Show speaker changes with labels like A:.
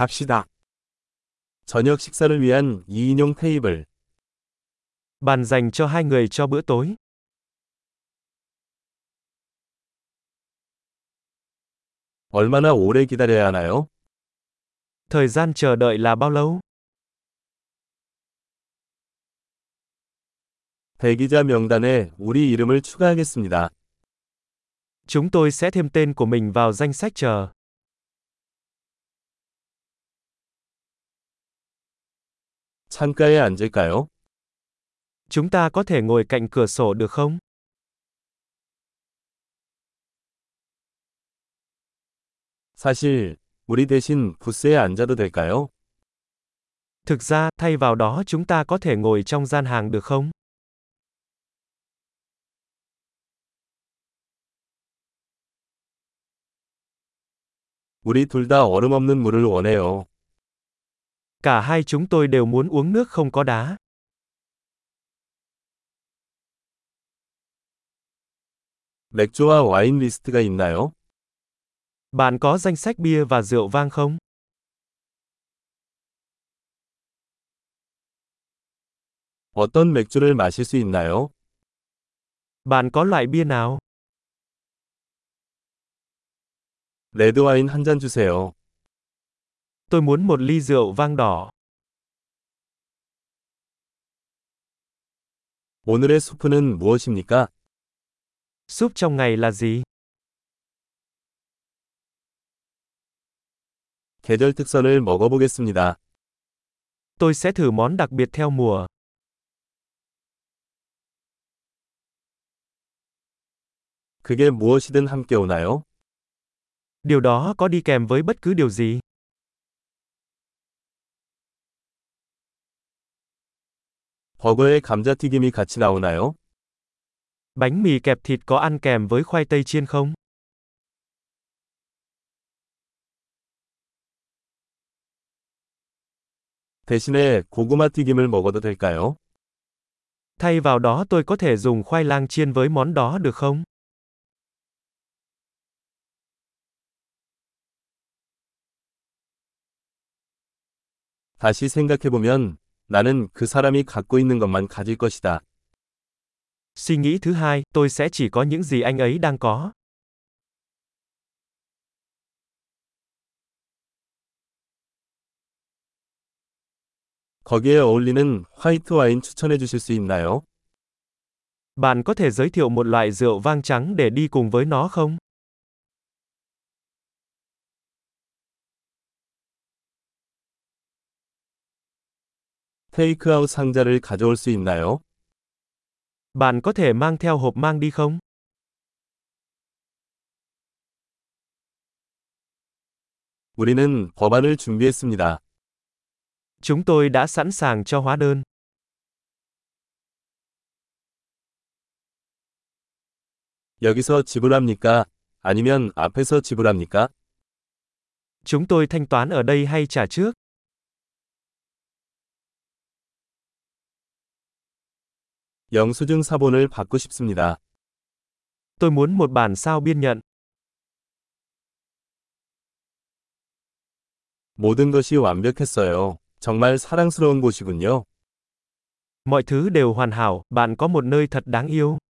A: 갑시다. 저녁 식사를 위한 2인용 테이블.
B: Bàn dành cho hai người cho bữa tối.
A: 얼마나 오래 기다려야 하나요?
B: Thời gian chờ đợi là bao lâu?
A: 대기자 명단에 우리 이름을 추가하겠습니다.
B: Chúng tôi sẽ thêm tên của mình vào danh sách chờ.
A: 창가에 앉을까요?
B: Chúng ta có thể ngồi cạnh cửa sổ được không?
A: 사실, 우리 대신 부스에 앉아도 될까요?
B: Thực ra, thay vào đó chúng ta có thể ngồi trong gian hàng được không?
A: 우리 둘 다 얼음 없는 물을 원해요.
B: Cả hai chúng tôi đều muốn uống nước không có đá.
A: 맥주와 와인 리스트가 있나요?
B: Bạn có danh sách bia và rượu vang không?
A: 어떤 맥주를 마실 수 있나요?
B: Bạn có loại bia nào?
A: 레드 와인 한 잔 주세요.
B: Tôi muốn một ly rượu vang đỏ.
A: 오늘의 수프는 무엇입니까?
B: Súp trong ngày là gì?
A: 계절 특선을 먹어보겠습니다.
B: Tôi sẽ thử món đặc biệt theo mùa.
A: 그게 무엇이든 함께 오나요?
B: Điều đó có đi kèm với bất cứ điều gì?
A: 버거에 감자튀김이 같이 나오나요?
B: Bánh mì kẹp thịt có ăn kèm với khoai tây chiên không?
A: 대신에 고구마 튀김을 먹어도 될까요?
B: Thay vào đó tôi có thể dùng khoai lang chiên với món đó được không?
A: 다시 생각해보면 나는 그 사람이 갖고 있는 것만 가질 것이다.
B: Suy nghĩ thứ hai, tôi sẽ chỉ có những gì anh ấy đang có.
A: 거기에 어울리는 화이트 와인 추천해 주실 수 있나요?
B: Bạn có thể giới thiệu một loại rượu vang trắng để đi cùng với nó không?
A: 테이크아웃 상자를 가져올 수 있나요?
B: Bạn có thể mang theo hộp mang đi không?
A: 우리는 법안을 준비했습니다.
B: Chúng tôi đã sẵn sàng cho hóa đơn.
A: 여기서 지불합니까? 아니면 앞에서 지불합니까?
B: Chúng tôi thanh toán ở đây hay trả trước?
A: 영수증 사본을 받고 싶습니다.
B: Tôi muốn một bản sao biên nhận.
A: 모든 것이 완벽했어요. 정말 사랑스러운 곳이군요.
B: Mọi thứ đều hoàn hảo, bạn có một nơi thật đáng yêu.